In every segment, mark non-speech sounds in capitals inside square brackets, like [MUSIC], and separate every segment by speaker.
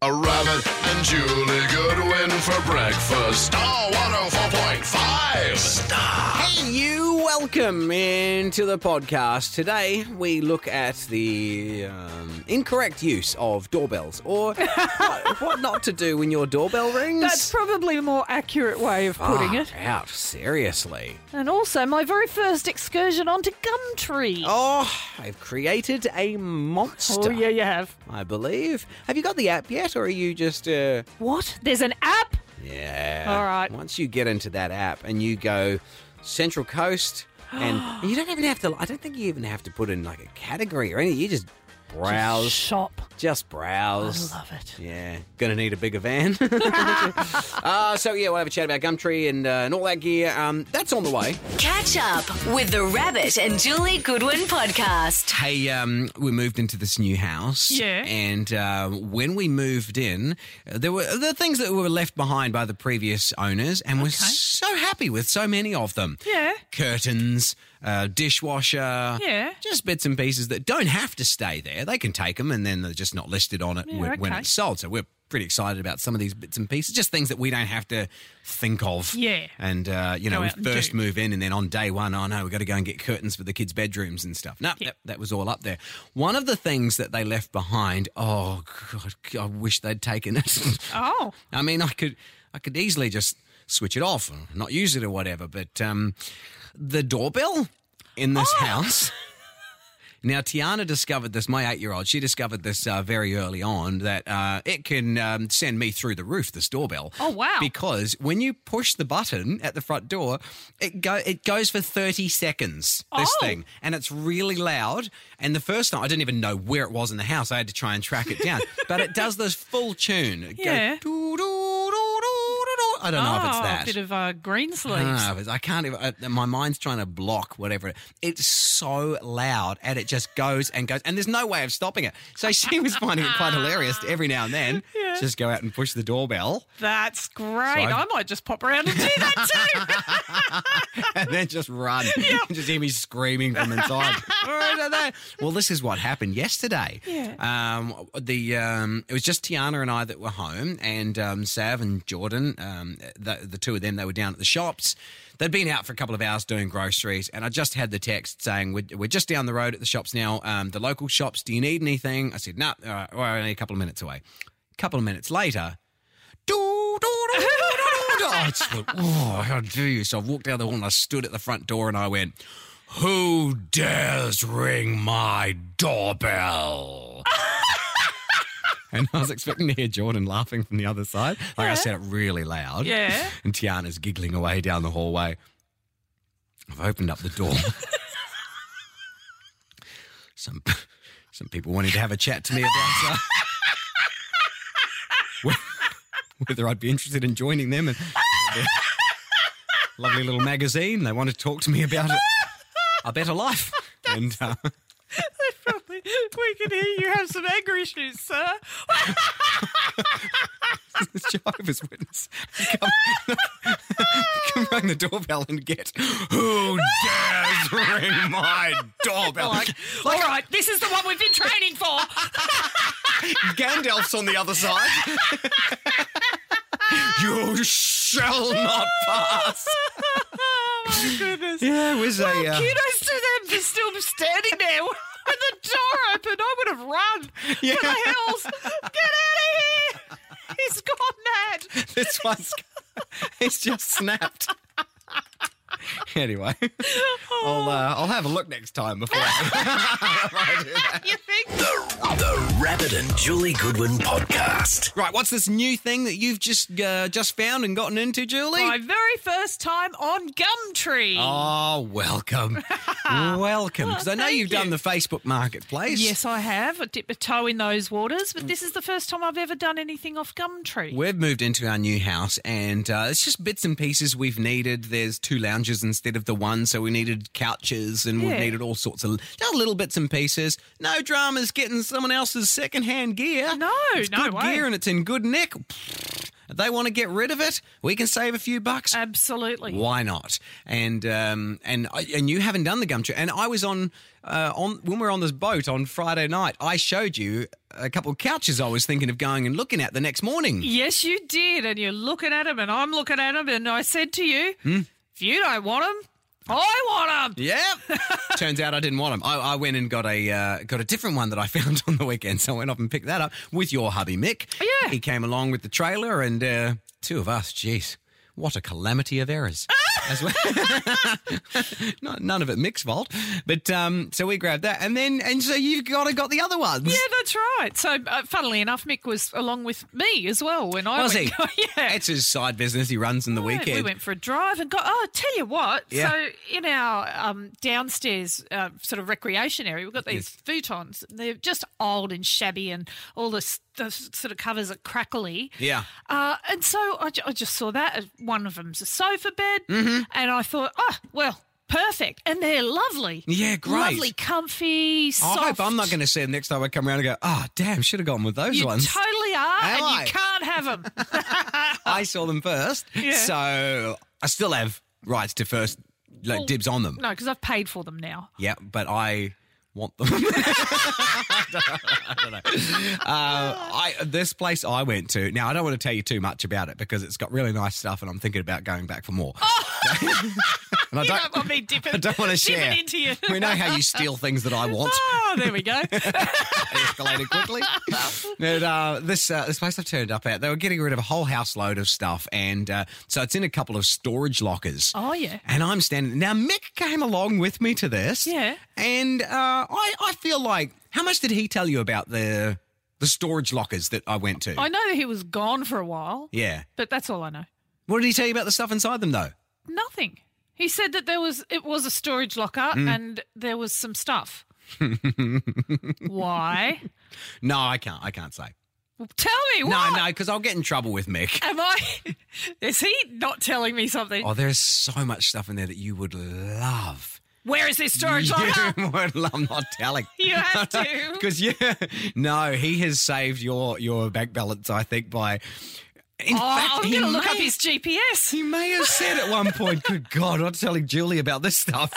Speaker 1: A rabbit and Julie Goodwin for breakfast. Oh, Star 104.5. Star.
Speaker 2: Hey, you, welcome into the podcast. Today, we look at the um, incorrect use of doorbells
Speaker 3: [LAUGHS]
Speaker 2: or what, what not to do when your doorbell rings.
Speaker 3: That's probably a more accurate way of putting
Speaker 4: Ah.
Speaker 3: it.
Speaker 2: Far Out, seriously.
Speaker 3: And also, my very first excursion onto Gumtree.
Speaker 2: Oh, I've created a monster.
Speaker 3: Oh, yeah, you have.
Speaker 2: I believe. Have you got the app yet, or are you just. Uh,
Speaker 3: What? There's an app?
Speaker 2: Yeah.
Speaker 3: All right.
Speaker 2: Once you get into that app and you go Central
Speaker 3: [GASPS]
Speaker 2: Coast, and you don't even have to. I don't think you even have to put in like a category or anything. You just browse, just,
Speaker 3: Shop.
Speaker 2: browse.
Speaker 3: I love it.
Speaker 2: Yeah, gonna need a bigger
Speaker 3: [LAUGHS]
Speaker 2: van. [LAUGHS] uh, so yeah, we'll have a chat about Gumtree and uh, and all that gear. Um, that's on the way.
Speaker 4: Catch up with the Rabbit and Julie Goodwin podcast.
Speaker 2: Hey, um, we moved into this new house.
Speaker 3: Yeah.
Speaker 2: And uh, when we moved in, uh, there were the things that were left behind by the previous owners, and we're so happy with so many of them.
Speaker 3: Yeah.
Speaker 2: Curtains, uh, dishwasher.
Speaker 3: Yeah.
Speaker 2: Just bits and pieces that don't have to stay there. They can take them, and then they're just not listed on it when, when
Speaker 3: okay.
Speaker 2: it's sold. So we're pretty excited about some of these bits and pieces, just things that we don't have to think of.
Speaker 3: Yeah.
Speaker 2: And uh, you know,
Speaker 3: Go
Speaker 2: we
Speaker 3: out and
Speaker 2: first
Speaker 3: do.
Speaker 2: move in, and then on day one, oh no, we got to go and get curtains for the kids' bedrooms and stuff. No, that, that was all up there. One of the things that they left behind, oh god, I wish they'd taken it. [LAUGHS]
Speaker 3: Oh.
Speaker 2: I mean, I could, I could easily just switch it off and not use it or whatever. But um, the doorbell in this
Speaker 3: Oh.
Speaker 2: house.
Speaker 3: [LAUGHS]
Speaker 2: Now, Tiana discovered this. My eight-year-old, she discovered this uh, very early on that uh, it can um, send me through the roof. This doorbell.
Speaker 3: Oh, wow.
Speaker 2: Because when you push the button at the front door, it go it goes for thirty seconds. This
Speaker 3: Oh.
Speaker 2: thing, and it's really loud. And the first time, I didn't even know where it was in the house. I had to try and track it
Speaker 3: [LAUGHS]
Speaker 2: down. but it does this full tune. It goes
Speaker 3: Yeah.
Speaker 2: doo, doo, doo, doo, doo. I don't know if it's
Speaker 3: Oh,
Speaker 2: that.
Speaker 3: A bit of uh, green sleeves.
Speaker 2: Ah, but I can't even. Uh, my mind's trying to block whatever. it- It's so loud, and it just goes and goes, and there's no way of stopping it. So she was finding it quite hilarious. to Every now and then, just go out and push the doorbell,
Speaker 3: That's great.
Speaker 2: So-
Speaker 3: I might just pop around
Speaker 2: [LAUGHS]
Speaker 3: and do that too.
Speaker 2: and then just run. and just hear me screaming from inside. "Oh, no, no." well, this is what happened yesterday.
Speaker 3: Yeah.
Speaker 2: Um, the um, it was just Tiana and I that were home, and um, Sav and Jordan, um, the, the two of them, they were down at the shops. They'd been out for a couple of hours doing groceries, and I just had the text saying, "We're, we're just down the road at the shops now. Um, the local shops. Do you need anything?" I said, "No, all right, we're only a couple of minutes away." A couple of minutes later. Doo, doo, doo, doo, doo, doo. [LAUGHS] I just went, oh, how do you? So I walked down the hall and I stood at the front door and I went, Who dares ring my doorbell? [LAUGHS] and I was expecting to hear Jordan laughing from the other side. Like I said it really loud.
Speaker 3: Yeah.
Speaker 2: And Tiana's giggling away down the hallway. I've opened up the door. some some people wanted to have a chat to me about uh, whe- [LAUGHS] whether I'd be interested in joining them and [LAUGHS] their lovely little magazine. They want to talk to me about a, a better [LAUGHS] life. And uh,
Speaker 3: Probably. We can hear you have some anger issues, sir.
Speaker 2: this Jehovah's Witness [LAUGHS] come, [LAUGHS] come ring the doorbell and get who dares ring my doorbell?
Speaker 3: [LAUGHS] Like, all right, this is the one we've been
Speaker 2: [LAUGHS]
Speaker 3: training for.
Speaker 2: Gandalf's on the other [LAUGHS] side. you shall not pass.
Speaker 3: oh, my goodness. Oh,
Speaker 2: Yeah, it was a. uh,
Speaker 3: Kudos to them for still standing there [LAUGHS] with the door open. I would have run
Speaker 2: Yeah.
Speaker 3: to the hills. Get out of here! He's gone mad.
Speaker 2: [LAUGHS] this one's. It's just snapped. [LAUGHS] Anyway, I'll uh, I'll have a look next time before. I,
Speaker 3: You think?
Speaker 1: The Rabbit and Julie Goodwin podcast.
Speaker 2: right, what's this new thing that you've just uh, just found and gotten into, Julie?
Speaker 3: My very first time on Gumtree.
Speaker 2: Oh, welcome, welcome. Because I know
Speaker 3: thank
Speaker 2: you've done
Speaker 3: you.
Speaker 2: the Facebook Marketplace.
Speaker 3: Yes, I have. I dipped a toe in those waters, but this is the first time I've ever done anything off Gumtree.
Speaker 2: We've moved into our new house, and uh, it's just bits and pieces we've needed. There's two lounges instead of the one, so we needed couches, and we've
Speaker 3: Yeah.
Speaker 2: needed all sorts of just little bits and pieces. No dramas getting someone else's secondhand gear.
Speaker 3: No,
Speaker 2: it's
Speaker 3: no
Speaker 2: good
Speaker 3: way.
Speaker 2: gear, and it's in good nick. They want to get rid of it. We can save a few bucks.
Speaker 3: Uh, Absolutely.
Speaker 2: Why not? And um, and I, and you haven't done the gum tree. And I was on uh, on when we were on this boat on Friday night. I showed you a couple of couches I was thinking of going and looking at the next morning.
Speaker 3: Yes, you did. And you're looking at them, and I'm looking at them, and I said to you,
Speaker 4: Hmm?
Speaker 3: if you don't want them, I want them.
Speaker 2: Yeah. [LAUGHS] Turns out I didn't want them. I, I went and got a uh, got a different one that I [LAUGHS] found on the weekend. So I went up and picked that up with your hubby Mick.
Speaker 3: Oh, Yeah.
Speaker 2: He came along with the trailer and uh, two of us. Jeez, what a calamity of
Speaker 3: [LAUGHS]
Speaker 2: errors. As well. [LAUGHS] Not, none of it Mick's fault, but um, so we grabbed that, and then and so you got got the other ones.
Speaker 3: Yeah, that's right. So, uh, funnily enough, Mick was along with me as well when I
Speaker 2: Was
Speaker 3: went.
Speaker 2: he?
Speaker 3: [LAUGHS] yeah.
Speaker 2: It's his side business he runs in the
Speaker 3: Yeah,
Speaker 2: weekend.
Speaker 3: We went for a drive and got. Oh, I tell you what.
Speaker 2: Yeah.
Speaker 3: So in our um, downstairs uh, sort of recreation area, we've got these futons. And they're just old and shabby, and all the, s- the s- sort of covers are crackly.
Speaker 2: Yeah.
Speaker 3: Uh, and so I, ju- I just saw that uh, one of them's a sofa bed,
Speaker 2: Mm-hmm.
Speaker 3: and I thought, oh well, perfect. And they're lovely.
Speaker 2: Yeah, great.
Speaker 3: Lovely, comfy, soft.
Speaker 2: I hope I'm not going to see him next time I come around and go, oh, damn, should have gone with those
Speaker 3: You
Speaker 2: ones.
Speaker 3: totally are, and
Speaker 2: Am I?
Speaker 3: you can't have them.
Speaker 2: I saw them first,
Speaker 3: Yeah.
Speaker 2: so I still have rights to first like
Speaker 3: Well,
Speaker 2: dibs on them.
Speaker 3: Oh, no, because I've paid for them now.
Speaker 2: Yeah, but I want them. [LAUGHS] I don't know. I, don't know. Uh, I this place I went to. Now I don't want to tell you too much about it because it's got really nice stuff, and I'm thinking about going back for
Speaker 3: [LAUGHS]
Speaker 2: more. [LAUGHS] and I
Speaker 3: You don't
Speaker 2: don't,
Speaker 3: want me dipping.
Speaker 2: I don't want to share.
Speaker 3: Dipping into you.
Speaker 2: We know how you steal things that I
Speaker 3: [LAUGHS]
Speaker 2: want.
Speaker 3: Oh,
Speaker 2: [LAUGHS]
Speaker 3: there we go.
Speaker 2: escalated quickly. and uh, this uh, this place I've turned up at, they were getting rid of a whole house load of stuff, and uh, so it's in a couple of storage lockers.
Speaker 3: Oh, yeah.
Speaker 2: And I'm standing now. Mick came along with me to this.
Speaker 3: Yeah.
Speaker 2: And uh, I I feel like how much did he tell you about the the storage lockers that I went to?
Speaker 3: I know that he was gone for a while,
Speaker 2: yeah.
Speaker 3: but that's all I know.
Speaker 2: What did he tell you about the stuff inside them though?
Speaker 3: Nothing. He said that there was it was a storage locker
Speaker 2: Hmm.
Speaker 3: and there was some stuff. Why?
Speaker 2: No, I can't. I can't say.
Speaker 3: Well, Tell me
Speaker 2: No,
Speaker 3: what.
Speaker 2: no, because I'll get in trouble with Mick.
Speaker 3: Am I? [LAUGHS] Is he not telling me something?
Speaker 2: Oh, there's so much stuff in there that you would
Speaker 3: [LAUGHS]
Speaker 2: love.
Speaker 3: Where is this storage locker? [LAUGHS]
Speaker 2: You [LAUGHS] would love. I'm not telling. [LAUGHS]
Speaker 3: You have to.
Speaker 2: Because yeah, [LAUGHS] no, he has saved your your bank balance. I think by. In
Speaker 3: Oh,
Speaker 2: fact,
Speaker 3: I'm
Speaker 2: he
Speaker 3: going to look
Speaker 2: may,
Speaker 3: up his GPS.
Speaker 2: He may have said at one point, "Good God, I'm telling Julie about this
Speaker 3: [LAUGHS]
Speaker 2: stuff."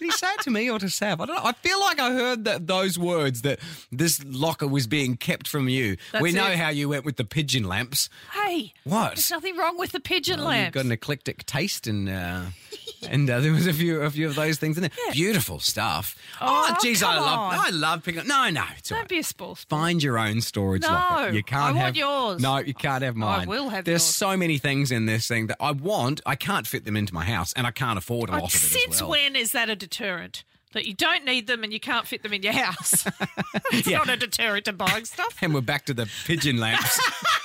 Speaker 2: Did he say it to me or to Sav? I don't know. I feel like I heard that those words that this locker was being kept from you.
Speaker 3: That's
Speaker 2: we know
Speaker 3: it.
Speaker 2: how you went with the pigeon lamps.
Speaker 3: Hey,
Speaker 2: What? Oh,
Speaker 3: There's nothing wrong with the pigeon
Speaker 2: Well, You've
Speaker 3: lamps.
Speaker 2: got an eclectic taste, and uh, and uh, there was a few a few of those things in there. Beautiful stuff.
Speaker 3: Oh,
Speaker 2: jeez,
Speaker 3: come
Speaker 2: I love
Speaker 3: on.
Speaker 2: I love picking up. No, no, it's all
Speaker 3: Don't
Speaker 2: right.
Speaker 3: be a sports.
Speaker 2: Find your own storage
Speaker 3: No,
Speaker 2: locker. You can't
Speaker 3: I want
Speaker 2: have
Speaker 3: yours. Oh,
Speaker 2: No, you can't have mine.
Speaker 3: will have
Speaker 2: There's
Speaker 3: yours.
Speaker 2: so many things in this thing that I want. I can't fit them into my house, and I can't afford a lot of it as
Speaker 3: Oh, Since
Speaker 2: well.
Speaker 3: when is that a deterrent? That you don't need them and you can't fit them in your house. [LAUGHS] it's
Speaker 2: Yeah.
Speaker 3: not a deterrent to buying [LAUGHS] stuff.
Speaker 2: And we're back to the pigeon lamps.
Speaker 3: [LAUGHS]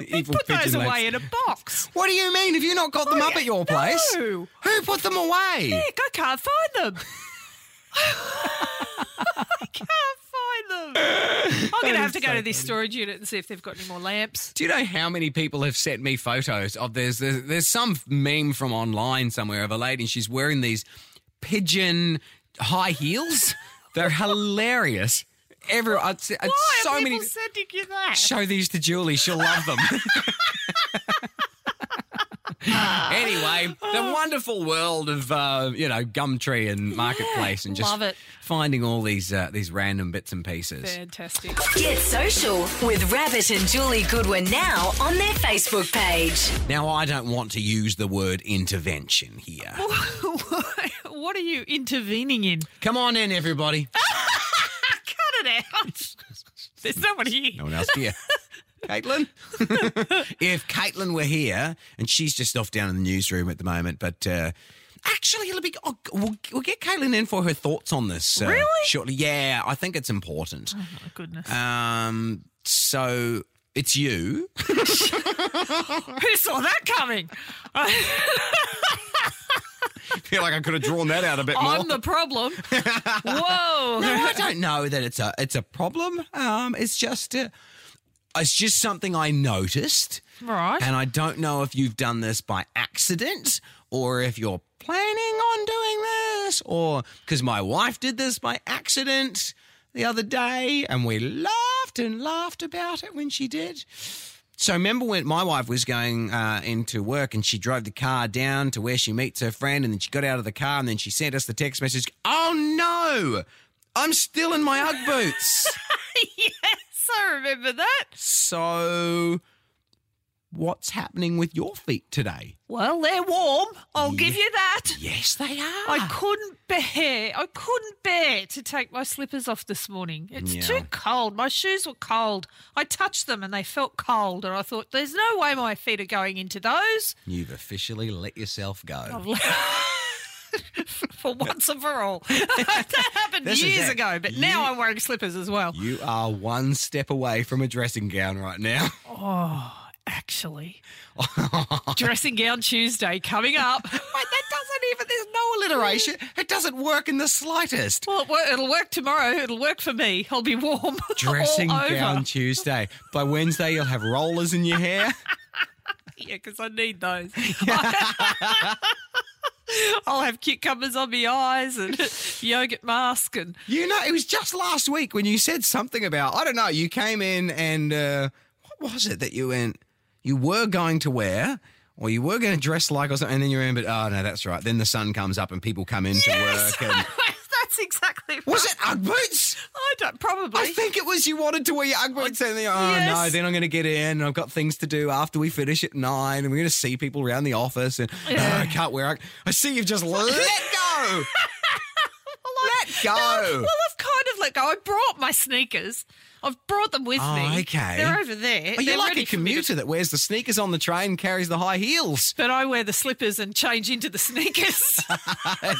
Speaker 2: The evil
Speaker 3: Put those
Speaker 2: pigeon lamps.
Speaker 3: away in a box.
Speaker 2: What do you mean? Have you not got them up at your place?
Speaker 3: no.
Speaker 2: Who put them away?
Speaker 3: Heck, I can't find them. I can't find them. I'm
Speaker 2: Oh,
Speaker 3: going to have to go to this storage unit and see if they've got any more lamps.
Speaker 2: Do you know how many people have sent me photos of there's there's, there's some meme from online somewhere of a lady and she's wearing these pigeon high heels? They're hilarious. Every I'd se- I'd
Speaker 3: Why
Speaker 2: so
Speaker 3: are people
Speaker 2: many
Speaker 3: sending you that?
Speaker 2: show these to Julie, she'll love
Speaker 3: [LAUGHS]
Speaker 2: them. anyway, the
Speaker 3: Oh.
Speaker 2: wonderful world of uh, you know Gumtree and Marketplace and just
Speaker 3: love it.
Speaker 2: finding all these uh, these random bits and pieces.
Speaker 3: Fantastic.
Speaker 4: Get social with Rabbit and Julie Goodwin now on their Facebook page.
Speaker 2: Now I don't want to use the word intervention here.
Speaker 3: [LAUGHS] what are you intervening in?
Speaker 2: Come on in, everybody.
Speaker 3: Cut it out. [LAUGHS] There's no one here.
Speaker 2: No one else here. [LAUGHS] Caitlin? [LAUGHS] if Caitlin were here, and she's just off down in the newsroom at the moment, but uh, actually, it'll be. Oh, we'll, we'll get Caitlin in for her thoughts on this uh,
Speaker 3: Really?
Speaker 2: shortly. Yeah, I think it's important.
Speaker 3: Oh, goodness.
Speaker 2: Um, so it's you. [LAUGHS]
Speaker 3: Who saw that coming?
Speaker 2: I feel like I could have drawn that out a bit
Speaker 3: [LAUGHS] I'm the problem. [LAUGHS] Whoa.
Speaker 2: No, I don't know that it's a it's a problem. Um, it's just uh, it's just something I noticed.
Speaker 3: Right.
Speaker 2: And I don't know if you've done this by accident or if you're planning on doing this or because my wife did this by accident the other day and we laughed often laughed about it when she did. So remember when my wife was going uh, into work and she drove the car down to where she meets her friend and then she got out of the car and then she sent us the text message. Oh no, I'm still in my UGG [LAUGHS] boots.
Speaker 3: yes, I remember that.
Speaker 2: so what's happening with your feet today?
Speaker 3: Well, they're warm. I'll give you that.
Speaker 2: Yes, they are.
Speaker 3: I couldn't bear, I couldn't bear to take my slippers off this morning. It's
Speaker 2: Yeah.
Speaker 3: too cold. My shoes were cold. I touched them and they felt cold. And I thought, there's no way my feet are going into those
Speaker 2: You've officially let yourself go. [LAUGHS]
Speaker 3: for once and for all. that happened
Speaker 2: This is
Speaker 3: years
Speaker 2: it.
Speaker 3: ago, but
Speaker 2: You-
Speaker 3: now I'm wearing slippers as well.
Speaker 2: You are one step away from a dressing gown right now.
Speaker 3: Actually, dressing gown Tuesday coming up.
Speaker 2: Wait, that doesn't even, there's no alliteration. It doesn't work in the slightest.
Speaker 3: Well, it wo- it'll work tomorrow. It'll work for me. I'll be warm. [LAUGHS]
Speaker 2: Dressing
Speaker 3: all over.
Speaker 2: gown Tuesday. By Wednesday, you'll have rollers in your hair.
Speaker 3: Yeah, because I need those. I'll have cucumbers on my eyes and [LAUGHS] yogurt mask and
Speaker 2: [LAUGHS] You know, it was just last week when you said something about, I don't know, you came in and uh, what was it that you went, you were going to wear or you were going to dress like or something, and then you remembered, oh, no, that's right. Then the sun comes up and people come in
Speaker 3: yes,
Speaker 2: to work. [LAUGHS] And,
Speaker 3: [LAUGHS] that's exactly. Right.
Speaker 2: was it Ugg boots?
Speaker 3: I don't probably.
Speaker 2: I think it was you wanted to wear your Ugg boots, and then, oh no,
Speaker 3: Yes.
Speaker 2: then I'm going to get in, and I've got things to do after we finish at nine, and we're going to see people around the office, and oh,
Speaker 3: Yeah.
Speaker 2: I can't wear Ugg. I see
Speaker 3: [LAUGHS]
Speaker 2: you've just let go. let
Speaker 3: No,
Speaker 2: go.
Speaker 3: well, I've kind of let go. I brought my sneakers. I've brought them with
Speaker 2: Oh,
Speaker 3: me.
Speaker 2: okay.
Speaker 3: They're over there.
Speaker 2: Are you
Speaker 3: They're
Speaker 2: like a
Speaker 3: ready for me to-
Speaker 2: commuter that wears the sneakers on the train and carries the high
Speaker 3: [LAUGHS]
Speaker 2: heels?
Speaker 3: But I wear the slippers and change into the sneakers.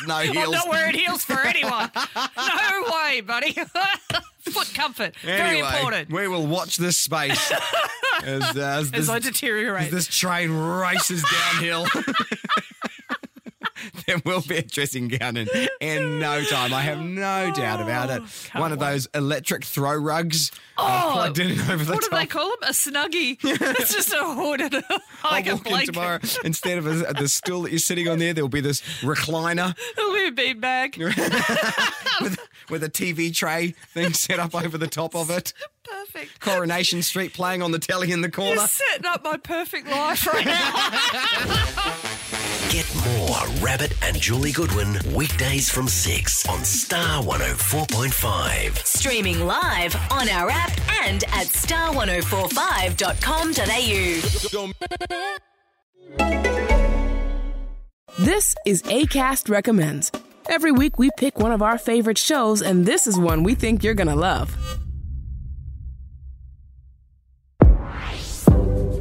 Speaker 2: no
Speaker 3: I'm
Speaker 2: heels.
Speaker 3: not wearing heels for anyone. no way, buddy. [LAUGHS] Foot comfort. Very
Speaker 2: Anyway,
Speaker 3: important.
Speaker 2: We will watch this
Speaker 3: [LAUGHS]
Speaker 2: space as, as
Speaker 3: As
Speaker 2: this,
Speaker 3: I
Speaker 2: as
Speaker 3: deteriorate.
Speaker 2: this train races downhill. [LAUGHS] there will be a dressing gown in, in no time. I have no doubt about it.
Speaker 3: can't
Speaker 2: One of
Speaker 3: wait.
Speaker 2: those electric throw rugs uh,
Speaker 3: Oh,
Speaker 2: plugged in and over the
Speaker 3: what do
Speaker 2: top.
Speaker 3: they call them? A
Speaker 2: [LAUGHS]
Speaker 3: snuggie. it's just a hood and a,
Speaker 2: I'll
Speaker 3: like a
Speaker 2: walk in
Speaker 3: blanket.
Speaker 2: tomorrow. Instead of a, the stool that you're sitting on there, there'll be this recliner
Speaker 3: It'll be a beanbag.
Speaker 2: with a TV tray thing set up over the top of it.
Speaker 3: Perfect.
Speaker 2: Coronation Street playing on the telly in the corner.
Speaker 3: You're setting up my perfect
Speaker 2: [LAUGHS]
Speaker 3: life right now.
Speaker 5: Get more Rabbit and Julie Goodwin weekdays from 6 on Star 104.5.
Speaker 4: Streaming live on our app and at star1045.com.au.
Speaker 6: This is ACAST Recommends. Every week we pick one of our favorite shows, and this is one we think you're gonna love.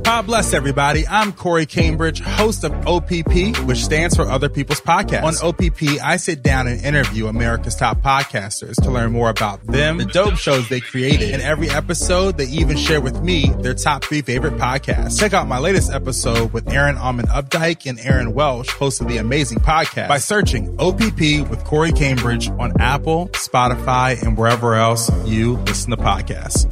Speaker 7: God bless everybody. I'm Corey Cambridge, host of OPP, which stands for Other People's Podcast. On OPP, I sit down and interview America's top podcasters to learn more about them, the dope shows they created. In every episode, they even share with me their top three favorite podcasts. Check out my latest episode with Aaron Almond Updike and Aaron Welsh, host of the amazing podcast, by searching OPP with Corey Cambridge on Apple, Spotify, and wherever else you listen to podcasts.